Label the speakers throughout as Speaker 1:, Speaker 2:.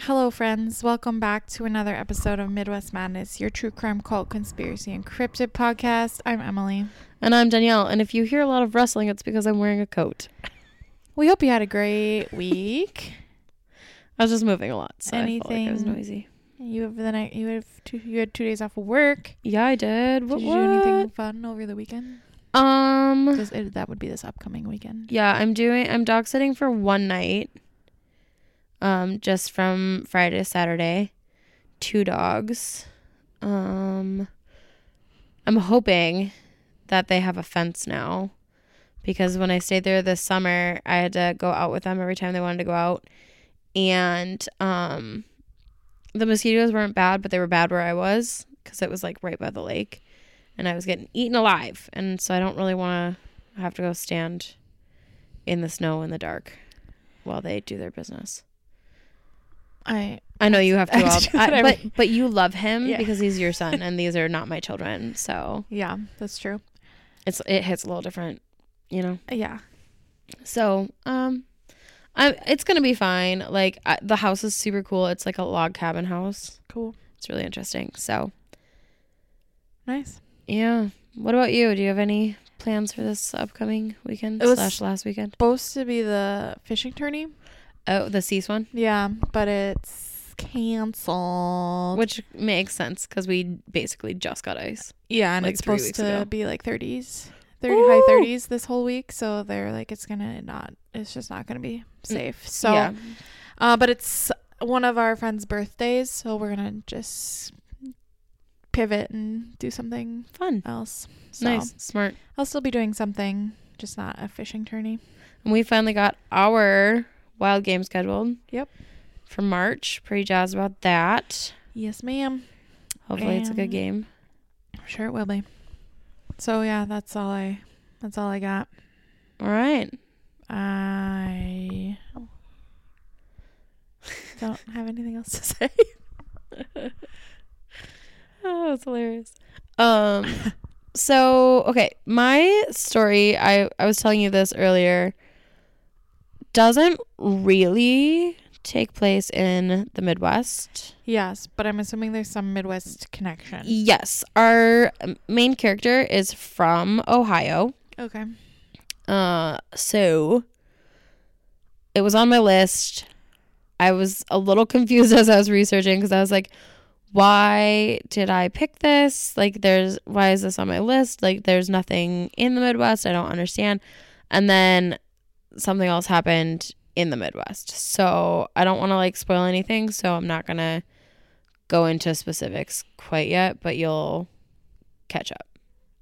Speaker 1: Hello, friends. Welcome back to another episode of Midwest Madness, your true crime, cult, conspiracy, and cryptid podcast. I'm Emily.
Speaker 2: And I'm Danielle. And if you hear a lot of rustling, it's because I'm wearing a coat.
Speaker 1: We hope you had a great week.
Speaker 2: I was just moving a lot, so I felt like it was
Speaker 1: Anything-
Speaker 2: noisy.
Speaker 1: you have the night. You have two, you had two days off of work.
Speaker 2: Yeah, I did. What,
Speaker 1: Did you do anything fun over the weekend?
Speaker 2: what? Um,
Speaker 1: 'Cause it- that would be this upcoming weekend.
Speaker 2: yeah, I'm doing. I'm dog sitting for one night. Um, just from Friday to Saturday, two dogs. Um, I'm hoping that they have a fence now, because when I stayed there this summer, I had to go out with them every time they wanted to go out, and um, the mosquitoes weren't bad, but they were bad where I was because it was like right by the lake, and I was getting eaten alive, and so I don't really want to have to go stand in the snow in the dark while they do their business.
Speaker 1: I
Speaker 2: I know you have to,
Speaker 1: I
Speaker 2: all,
Speaker 1: do that
Speaker 2: I,
Speaker 1: every-
Speaker 2: but but you love him
Speaker 1: Yeah.
Speaker 2: because he's your son, and these are not my children, so
Speaker 1: yeah, that's true.
Speaker 2: it's it hits a little different, you know.
Speaker 1: Yeah,
Speaker 2: So, um, I it's gonna be fine. Like I, the house is super cool. It's like a log cabin house.
Speaker 1: cool,
Speaker 2: It's really interesting. So,
Speaker 1: nice.
Speaker 2: yeah. What about you? Do you have any plans for this upcoming weekend
Speaker 1: It was-
Speaker 2: slash last weekend?
Speaker 1: Supposed to be the fishing tourney.
Speaker 2: Oh, the cease one,
Speaker 1: Yeah, but it's canceled.
Speaker 2: which makes sense because we basically just got ice.
Speaker 1: Yeah, and
Speaker 2: like,
Speaker 1: it's
Speaker 2: three
Speaker 1: supposed
Speaker 2: weeks
Speaker 1: to
Speaker 2: ago.
Speaker 1: be like 30s, 30 high
Speaker 2: Ooh.
Speaker 1: 30s this whole week. So they're like, it's gonna not, it's just not gonna be safe. So,
Speaker 2: Mm, yeah,
Speaker 1: uh, but it's one of our friends' birthdays, so we're gonna just pivot and do something
Speaker 2: fun,
Speaker 1: else. So
Speaker 2: nice, smart.
Speaker 1: I'll still be doing something, just not a fishing tourney.
Speaker 2: And we finally got our wild game scheduled.
Speaker 1: Yep.
Speaker 2: For March. Pretty jazzed about that.
Speaker 1: Yes, ma'am.
Speaker 2: Hopefully it's a
Speaker 1: And-
Speaker 2: good game.
Speaker 1: I'm sure it will be. So yeah, that's all I, that's all I got.
Speaker 2: All right.
Speaker 1: I don't have anything else to say.
Speaker 2: Oh, it's hilarious. Um so okay, my story, I, I was telling you this earlier, doesn't really take place in the Midwest.
Speaker 1: Yes, but I'm assuming there's some Midwest connection.
Speaker 2: Yes. Our main character is from Ohio.
Speaker 1: Okay.
Speaker 2: Uh, so it was on my list. I was a little confused as I was researching because I was like, why did I pick this? Like, there's why is this on my list? Like, there's nothing in the Midwest. I don't understand. And then something else happened in the Midwest. So I don't want to like spoil anything. So I'm not going to go into specifics quite yet, but you'll catch up.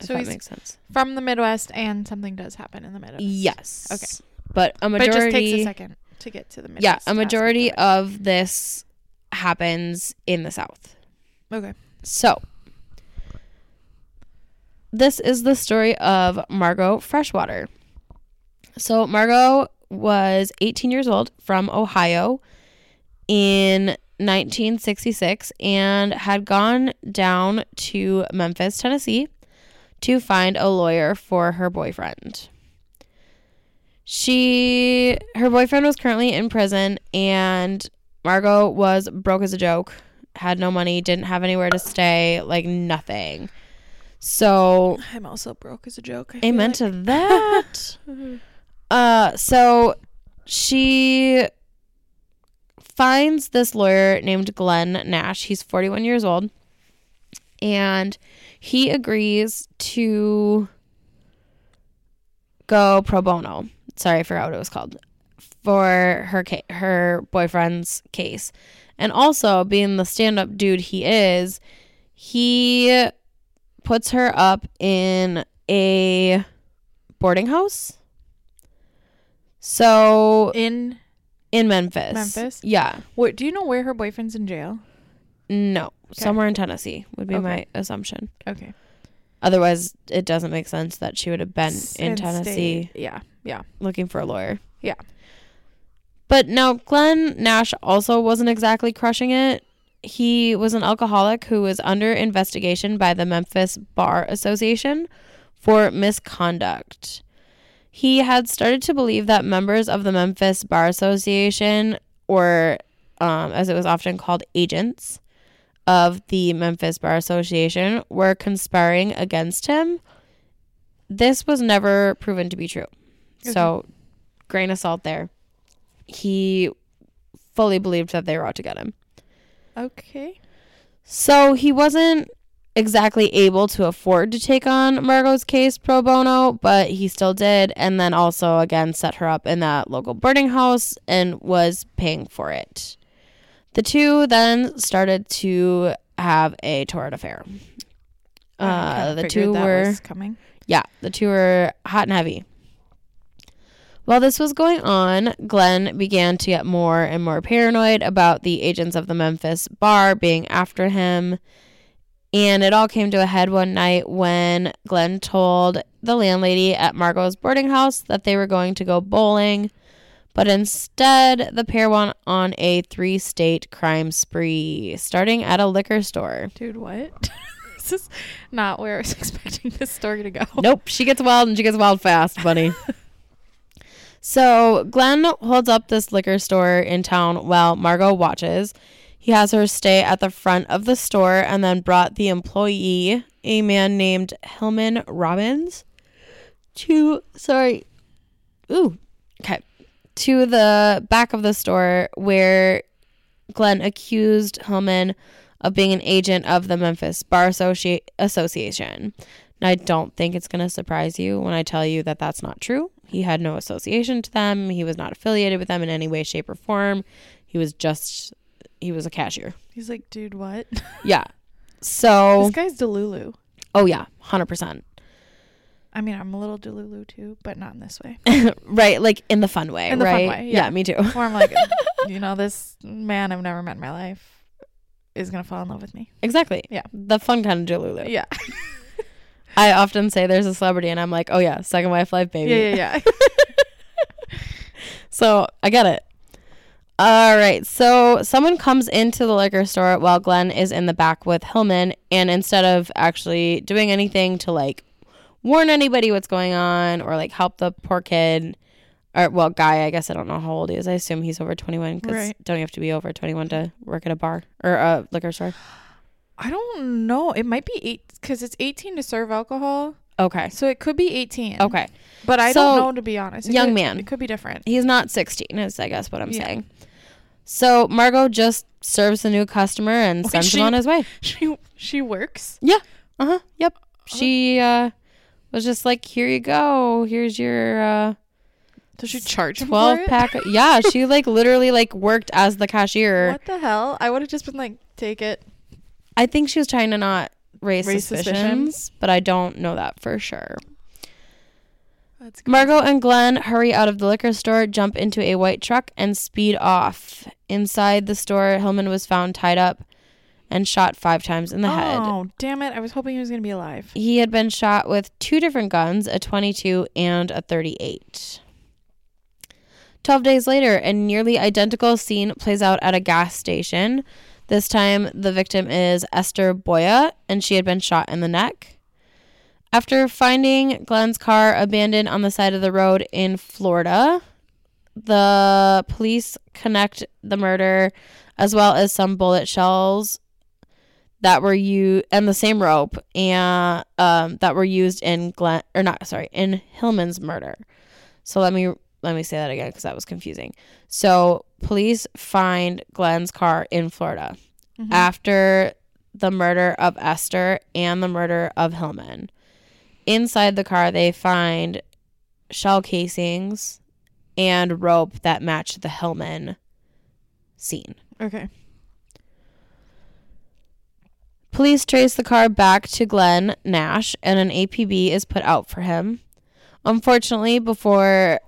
Speaker 2: If
Speaker 1: So
Speaker 2: that
Speaker 1: he's-
Speaker 2: makes sense.
Speaker 1: From the Midwest and something does happen in the Midwest.
Speaker 2: Yes.
Speaker 1: Okay.
Speaker 2: But a
Speaker 1: But it
Speaker 2: majority
Speaker 1: just takes a second to get to the Midwest.
Speaker 2: Yeah, a
Speaker 1: aspect
Speaker 2: majority
Speaker 1: of
Speaker 2: of this happens in the South.
Speaker 1: it. Okay.
Speaker 2: So this is the story of Margot Freshwater. So Margot was 18 years old from Ohio in 1966 and had gone down to Memphis, Tennessee to find a lawyer for her boyfriend. She her boyfriend was currently in prison and Margot was broke as a joke had no money, didn't have anywhere to stay, like nothing. So,
Speaker 1: I'm also broke as a joke. I feel
Speaker 2: amen
Speaker 1: like.
Speaker 2: to that. uh, so she finds this lawyer named Glenn Nash. He's 41 years old. And he agrees to go pro bono. Sorry, I forgot what it was called. For her ca- her boyfriend's case. And also, being the stand up dude he is, he puts her up in a boarding house. So
Speaker 1: In
Speaker 2: in Memphis.
Speaker 1: Memphis?
Speaker 2: Yeah.
Speaker 1: what do you know where her boyfriend's in jail?
Speaker 2: No.
Speaker 1: Okay.
Speaker 2: Somewhere in Tennessee would be
Speaker 1: Okay.
Speaker 2: my assumption.
Speaker 1: Okay.
Speaker 2: Otherwise, it doesn't make sense that she would have been
Speaker 1: S-
Speaker 2: in
Speaker 1: and
Speaker 2: Tennessee
Speaker 1: stayed- Yeah. Yeah.
Speaker 2: looking for a lawyer.
Speaker 1: Yeah.
Speaker 2: But now Glenn Nash also wasn't exactly crushing it. He was an alcoholic who was under investigation by the Memphis Bar Association for misconduct. He had started to believe that members of the Memphis Bar Association or um, as it was often called, agents of the Memphis Bar Association were conspiring against him. This was never proven to be true. So, grain of salt there. He fully believed that they were out to get him.
Speaker 1: Okay.
Speaker 2: So he wasn't exactly able to afford to take on Margot's case pro bono, but he still did. And then also, again, set her up in that local boarding house and was paying for it. The two then started to have a torrid affair.
Speaker 1: I
Speaker 2: Uh,
Speaker 1: kinda
Speaker 2: the
Speaker 1: figured
Speaker 2: two
Speaker 1: that
Speaker 2: were
Speaker 1: was coming.
Speaker 2: yeah, the two were hot and heavy. While this was going on, Glenn began to get more and more paranoid about the agents of the Memphis bar being after him. And it all came to a head one night when Glenn told the landlady at Margot's boarding house that they were going to go bowling. But instead, the pair went on a three state crime spree, starting at a liquor store.
Speaker 1: Dude, what? this is not where I was expecting this story to go.
Speaker 2: Nope, she gets wild and she gets wild fast, buddy. so Glenn holds up this liquor store in town while Margot watches. He has her stay at the front of the store and then brought the employee, a man named Hillman Robbins, to sorry. Ooh. Okay. To the back of the store where Glenn accused Hillman of being an agent of the Memphis Bar Associ- Association. And I don't think it's going to surprise you when I tell you that that's not true. He had no association to them. He was not affiliated with them in any way, shape, or form. He was just, he was a cashier.
Speaker 1: He's like, dude, what?
Speaker 2: Yeah. So,
Speaker 1: This guy's Delulu.
Speaker 2: oh yeah, 100%.
Speaker 1: I mean, I'm a little Delulu too, but not in this way.
Speaker 2: right. Like in the fun way,
Speaker 1: In the fun
Speaker 2: right?
Speaker 1: way,
Speaker 2: yeah.
Speaker 1: yeah.
Speaker 2: me too.
Speaker 1: Or I'm like, you know, this man I've never met in my life is gonna fall in love with me.
Speaker 2: Exactly.
Speaker 1: Yeah.
Speaker 2: The fun kind of Jalulu.
Speaker 1: Yeah.
Speaker 2: I often say there's a celebrity and I'm like, oh yeah, second wife life, baby.
Speaker 1: Yeah, yeah, yeah.
Speaker 2: So I get it. All right. So someone comes into the liquor store while Glenn is in the back with Hillman, and instead of actually doing anything to like warn anybody what's going on or like help the poor kid or well guy, I guess I don't know how old he is. I assume he's over twenty one because
Speaker 1: Right.
Speaker 2: don't you have to be over twenty one to work at a bar or a liquor store?
Speaker 1: I don't know. It might be eight because it's 18 to serve alcohol,
Speaker 2: Okay.
Speaker 1: so it could be 18.
Speaker 2: Okay.
Speaker 1: but I
Speaker 2: So,
Speaker 1: don't know to be honest. It
Speaker 2: young
Speaker 1: could-
Speaker 2: man.
Speaker 1: it could be different.
Speaker 2: He's not 16, is I guess what I'm
Speaker 1: Yeah.
Speaker 2: saying. So Margot just serves the new customer and
Speaker 1: Wait,
Speaker 2: sends
Speaker 1: she-
Speaker 2: him on his way.
Speaker 1: She she works.
Speaker 2: Yeah. Uh huh. Yep. She uh, was just like, here you go. Here's your uh,
Speaker 1: Does she charge him for
Speaker 2: 12
Speaker 1: it?
Speaker 2: pack. yeah. She like literally like worked as the cashier.
Speaker 1: What the hell? I would have just been like, take it.
Speaker 2: I think she was trying to not raise,
Speaker 1: Raise
Speaker 2: suspicions,
Speaker 1: suspicions?
Speaker 2: but I don't know that for sure.
Speaker 1: That's good.
Speaker 2: Margot and Glenn hurry out of the liquor store, jump into a white truck, and speed off. Inside the store, Hillman was found tied up and shot five times in the head.
Speaker 1: Oh damn it! I was hoping he was gonna be alive.
Speaker 2: He had been shot with two different guns, a 22 and a 38. 12 days later, a nearly identical scene plays out at a gas station. This time, the victim is Esther Boya, and she had been shot in the neck. After finding Glenn's car abandoned on the side of the road in Florida, the police connect the murder as well as some bullet shells that were you and the same rope and um, that were used in Glenn or not sorry in Hillman's murder. So let me let me say that again because that was confusing. So police find Glenn's car in Florida
Speaker 1: Mhm.
Speaker 2: Uh, after the murder of Esther and the murder of Hillman. Inside the car, they find shell casings and rope that match the Hillman scene.
Speaker 1: Okay.
Speaker 2: Police trace the car back to Glenn Nash, and an APB is put out for him. Unfortunately, before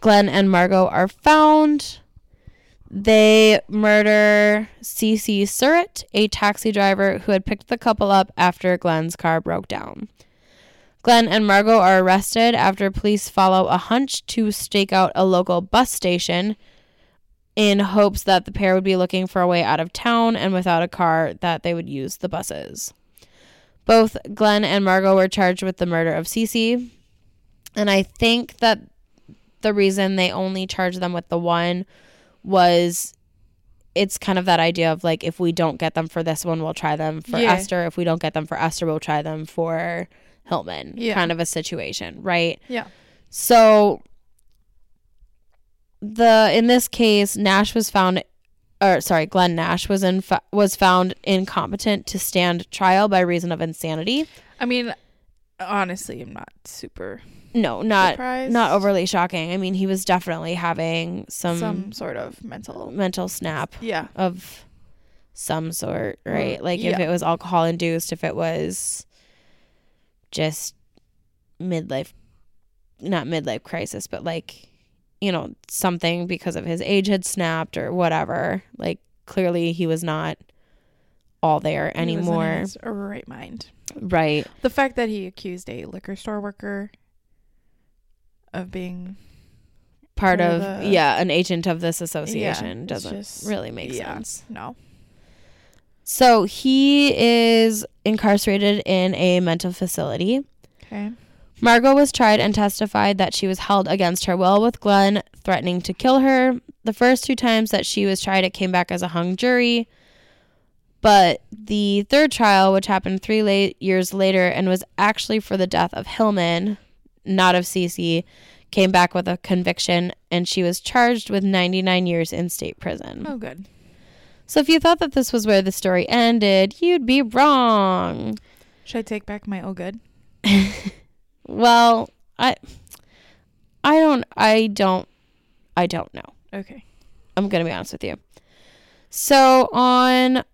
Speaker 2: Glenn and Margot are found, they murder CC Surratt, a taxi driver who had picked the couple up after Glenn's car broke down. Glenn and Margot are arrested after police follow a hunch to stake out a local bus station in hopes that the pair would be looking for a way out of town and without a car that they would use the buses. Both Glenn and Margot were charged with the murder of Cece, and I think that the reason they only charged them with the one was it's kind of that idea of like if we don't get them for this one, we'll try them for
Speaker 1: Yeah.
Speaker 2: Esther. If we don't get them for Esther, we'll try them for Hillman.
Speaker 1: Yeah.
Speaker 2: Kind of a situation, right?
Speaker 1: Yeah.
Speaker 2: So the in this case, Nash was found or sorry, Glenn Nash was in fa- was found incompetent to stand trial by reason of insanity.
Speaker 1: I mean, honestly, I'm not super
Speaker 2: No, not
Speaker 1: surprised.
Speaker 2: not overly shocking. I mean, he was definitely having some,
Speaker 1: some sort of mental.
Speaker 2: mental snap
Speaker 1: Yeah.
Speaker 2: of some sort,
Speaker 1: Or-
Speaker 2: right? Like if
Speaker 1: Mm, yeah.
Speaker 2: it was alcohol induced, if it was just midlife not midlife crisis, but like you know, something because of his age had snapped or whatever. Like clearly he was not all there
Speaker 1: He was in
Speaker 2: anymore.
Speaker 1: his right mind.
Speaker 2: Right.
Speaker 1: The fact that he accused a liquor store worker of being
Speaker 2: Part
Speaker 1: Part
Speaker 2: of
Speaker 1: of the-
Speaker 2: yeah, an agent of this
Speaker 1: Yeah,
Speaker 2: association
Speaker 1: it's
Speaker 2: doesn't
Speaker 1: just-
Speaker 2: really make
Speaker 1: yeah.
Speaker 2: sense.
Speaker 1: no.
Speaker 2: So he is incarcerated in a mental facility.
Speaker 1: Okay.
Speaker 2: Margot was tried and testified that she was held against her will with Glenn threatening to kill her. The first two times that she was tried, it came back as a hung jury. But the third trial, which happened three late years later and was actually for the death of Hillman, not of Cece, came back with a conviction and she was charged with 99 years in state prison.
Speaker 1: Oh, good.
Speaker 2: So if you thought that this was where the story ended, you'd be wrong.
Speaker 1: Should I take back my oh good?
Speaker 2: Well, I I don't I don't I don't know.
Speaker 1: Okay.
Speaker 2: I'm going to be honest with you. So on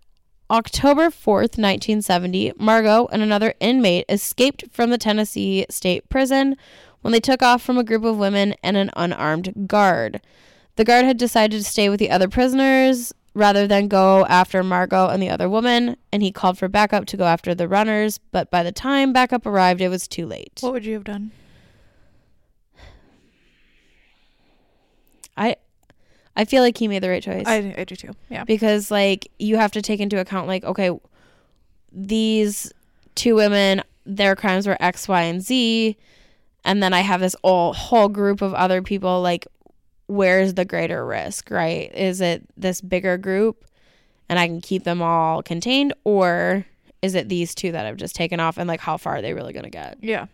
Speaker 2: October 4th, 1970, Margot and another inmate escaped from the Tennessee State Prison when they took off from a group of women and an unarmed guard. The guard had decided to stay with the other prisoners rather than go after Margot and the other woman, and he called for backup to go after the runners, but by the time backup arrived, it was too late.
Speaker 1: What would you have done?
Speaker 2: I I feel like he made the right choice.
Speaker 1: I, I do too. Yeah.
Speaker 2: because like you have to take into account like okay these two women their crimes were x y and z and then i have this all whole group of other people like where's the greater risk right is it this bigger group and i can keep them all contained or is it these two that i've just taken off and like how far are they really going to get
Speaker 1: Yeah.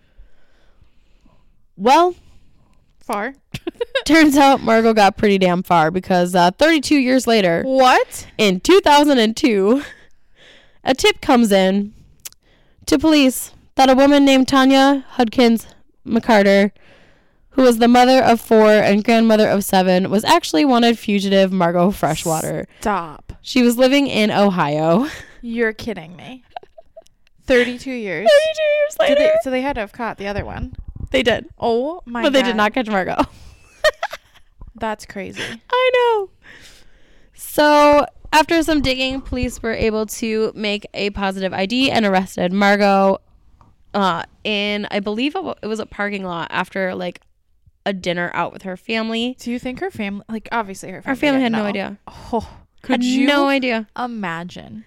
Speaker 2: well
Speaker 1: Far.
Speaker 2: turns out margot got pretty damn far because uh, 32 years later
Speaker 1: What?
Speaker 2: In 2002, a tip comes in to police that a woman named Tanya Hudkins McCarter, who was the mother of four and grandmother of seven, was actually wanted fugitive Margot Freshwater.
Speaker 1: Stop.
Speaker 2: She was living in Ohio. 32
Speaker 1: You're kidding me. 32 years.
Speaker 2: years
Speaker 1: Did they,
Speaker 2: later,
Speaker 1: so they had to have caught the other one.
Speaker 2: they did,
Speaker 1: Oh my
Speaker 2: but they did
Speaker 1: God.
Speaker 2: not catch Margot.
Speaker 1: That's crazy.
Speaker 2: I know. So, after some digging, police were able to make a positive ID and arrested Margot uh, in, I believe it wa- it was a parking lot after like a dinner out with her family.
Speaker 1: Do you think her family, like, obviously her family.
Speaker 2: Her family had
Speaker 1: didn't
Speaker 2: no
Speaker 1: know.
Speaker 2: idea.
Speaker 1: Oh, could
Speaker 2: had
Speaker 1: you
Speaker 2: no idea.
Speaker 1: imagine?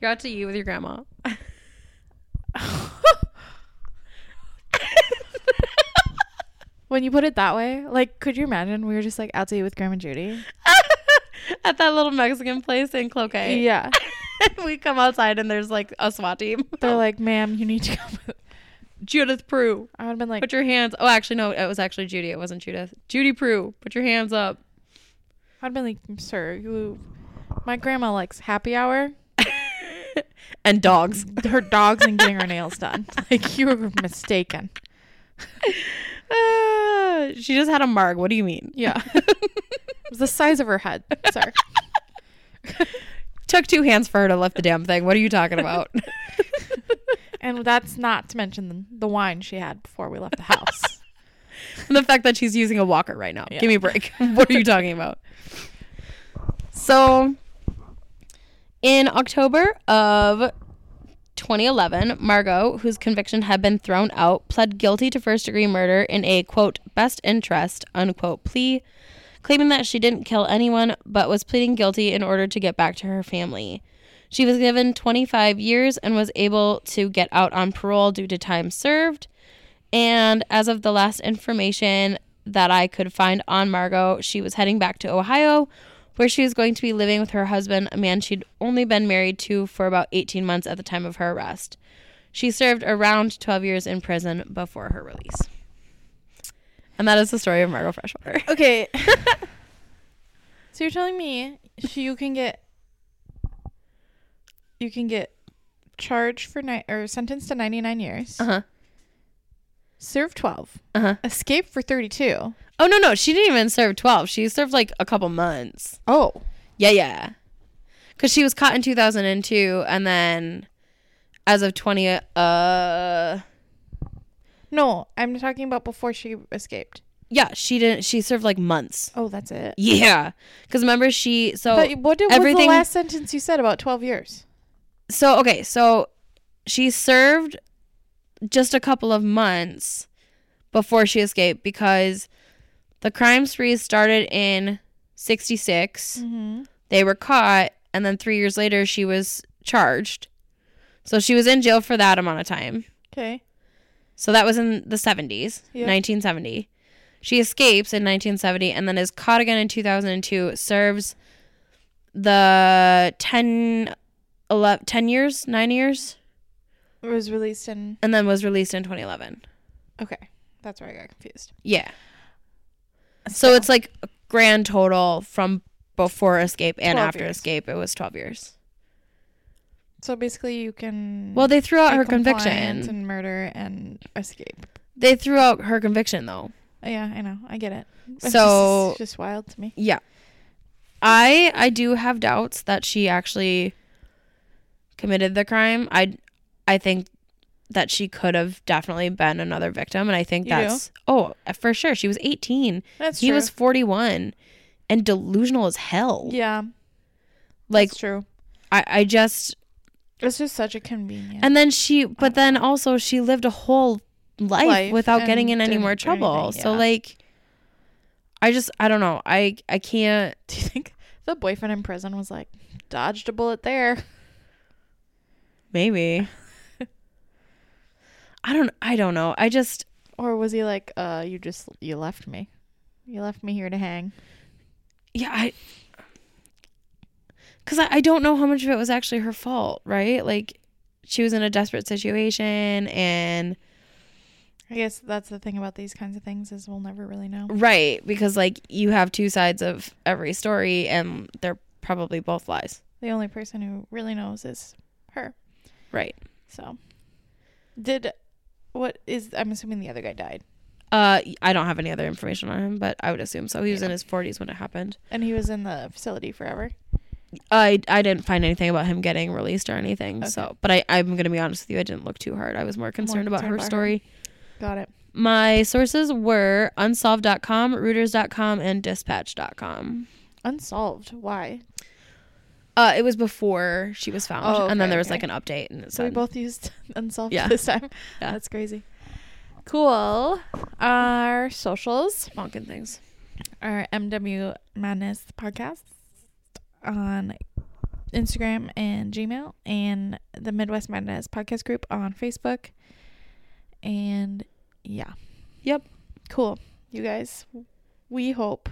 Speaker 2: You're out to you with your grandma.
Speaker 1: When you put it that way, like, could you imagine we were just like out to eat with Grandma Judy?
Speaker 2: At that little Mexican place in Cloquet.
Speaker 1: Yeah.
Speaker 2: we come outside and there's like a SWAT team.
Speaker 1: They're like, ma'am, you need to come.
Speaker 2: Judith Prue.
Speaker 1: I would have been like,
Speaker 2: Put your hands. Oh, actually, no, it was actually Judy. It wasn't Judith. Judy Prue. Put your hands up.
Speaker 1: I'd have been like, sir, you, my grandma likes happy hour,
Speaker 2: and dogs.
Speaker 1: her dogs, and getting her nails done. Like, you were mistaken.
Speaker 2: Uh, she just had a marg. What do you mean?
Speaker 1: Yeah. it was the size of her head, sir.
Speaker 2: Took two hands for her to lift the damn thing. What are you talking about?
Speaker 1: And that's not to mention the, the wine she had before we left the house.
Speaker 2: and the fact that she's using a walker right now.
Speaker 1: Yeah.
Speaker 2: Give me a break. what are you talking about? So, in October of 2011, Margot, whose conviction had been thrown out, pled guilty to first degree murder in a quote, best interest, unquote plea, claiming that she didn't kill anyone but was pleading guilty in order to get back to her family. She was given 25 years and was able to get out on parole due to time served. And as of the last information that I could find on Margot, she was heading back to Ohio where she was going to be living with her husband, a man she'd only been married to for about 18 months at the time of her arrest. She served around 12 years in prison before her release. And that is the story of Margot Freshwater.
Speaker 1: Okay. so you're telling me she, you can get you can get charged for ni- or sentenced to 99 years,
Speaker 2: Uh huh.
Speaker 1: serve 12,
Speaker 2: Uh huh.
Speaker 1: escape for 32.
Speaker 2: Oh no no, she didn't even serve 12. She served like a couple months.
Speaker 1: Oh,
Speaker 2: Yeah, yeah. Cuz she was caught in 2002 and then as of 20 uh
Speaker 1: no, I'm talking about before she escaped.
Speaker 2: yeah, she didn't she served like months.
Speaker 1: Oh, that's it.
Speaker 2: Yeah. Cuz remember she so
Speaker 1: but what did, was the
Speaker 2: Oh, everything-
Speaker 1: last sentence you said about 12 years?
Speaker 2: so okay, so she served just a couple of months before she escaped because the crime spree started in 66.
Speaker 1: Mm-hmm.
Speaker 2: they were caught and then three years later she was charged so she was in jail for that amount of time
Speaker 1: Okay.
Speaker 2: so that was in the 70s
Speaker 1: Yeah.
Speaker 2: 1970 she escapes in 1970 and then is caught again in 2002 serves the 10 11, 10 years 9 years
Speaker 1: It was released in.
Speaker 2: and then was released in 2011
Speaker 1: Okay. That's where I got confused.
Speaker 2: yeah so it's like a grand total from before escape and
Speaker 1: 12
Speaker 2: after
Speaker 1: years.
Speaker 2: escape it was 12 years
Speaker 1: So basically, you can.
Speaker 2: well they threw out
Speaker 1: be
Speaker 2: her
Speaker 1: compliant
Speaker 2: conviction
Speaker 1: And murder and escape.
Speaker 2: They threw out her conviction though.
Speaker 1: Yeah, I know. I get it. It's
Speaker 2: So-
Speaker 1: just, it's just wild to me.
Speaker 2: Yeah. I I do have doubts that she actually committed the crime. I I think that she could have definitely been another victim and I think
Speaker 1: You do?
Speaker 2: that's oh, for sure she was 18.
Speaker 1: That's
Speaker 2: he
Speaker 1: true.
Speaker 2: was 41 and delusional as hell.
Speaker 1: yeah,
Speaker 2: like
Speaker 1: that's true.
Speaker 2: I I just
Speaker 1: It's just such a convenience.
Speaker 2: and then she but then also she lived a whole life,
Speaker 1: Life
Speaker 2: without getting in
Speaker 1: and
Speaker 2: any
Speaker 1: didn't
Speaker 2: more
Speaker 1: do anything,
Speaker 2: trouble. So
Speaker 1: yeah.
Speaker 2: like I just I don't know. I I can't
Speaker 1: Do you think the boyfriend in prison was like dodged a bullet there?
Speaker 2: Maybe. I don't I don't know. I just
Speaker 1: Or was he like, uh, you just you left me, you left me here to hang?
Speaker 2: yeah, I cuz I, I don't know how much of it was actually her fault, right? Like she was in a desperate situation and
Speaker 1: I guess that's the thing about these kinds of things is we'll never really know.
Speaker 2: right because like you have two sides of every story and they're probably both lies.
Speaker 1: The only person who really knows is her.
Speaker 2: Right.
Speaker 1: So, did what is? I'm assuming the other guy died,
Speaker 2: Uh I don't have any other information on him, but I would assume so. He was
Speaker 1: Yeah.
Speaker 2: in his 40s when it happened.
Speaker 1: and he was in the facility forever.
Speaker 2: I I didn't find anything about him getting released or anything.
Speaker 1: Okay.
Speaker 2: So, but I I'm going to be honest with you, I didn't look too hard. I was more concerned about
Speaker 1: concerned
Speaker 2: her
Speaker 1: about her.
Speaker 2: story.
Speaker 1: Got it.
Speaker 2: My sources were unsolved.com, rooters.com, and dispatch.com.
Speaker 1: Unsolved. Why?
Speaker 2: Uh, it was before she was found,
Speaker 1: Oh,
Speaker 2: and then
Speaker 1: okay,
Speaker 2: there was like
Speaker 1: okay.
Speaker 2: an update, and it
Speaker 1: So we
Speaker 2: said,
Speaker 1: both used unsolved
Speaker 2: Yeah.
Speaker 1: this time.
Speaker 2: Yeah.
Speaker 1: That's crazy. Cool. Our socials
Speaker 2: "Bonking things."
Speaker 1: are MW Madness Podcast on Instagram and Gmail, and the Midwest Madness Podcast Group on Facebook. And yeah.
Speaker 2: Yep.
Speaker 1: Cool. You guys, we hope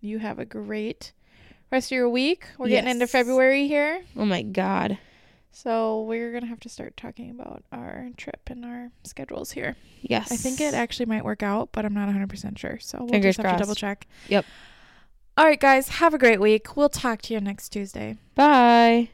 Speaker 1: you have a great rest of your week. We're getting into
Speaker 2: Yes.
Speaker 1: February here.
Speaker 2: Oh my god.
Speaker 1: So we're gonna have to start talking about our trip and our schedules here.
Speaker 2: Yes.
Speaker 1: I think it actually might work out, but I'm not 100 percent sure. So we'll
Speaker 2: Fingers
Speaker 1: just have to double
Speaker 2: crossed.
Speaker 1: check.
Speaker 2: Yep.
Speaker 1: All right, guys, have a great week. We'll talk to you next Tuesday.
Speaker 2: Bye.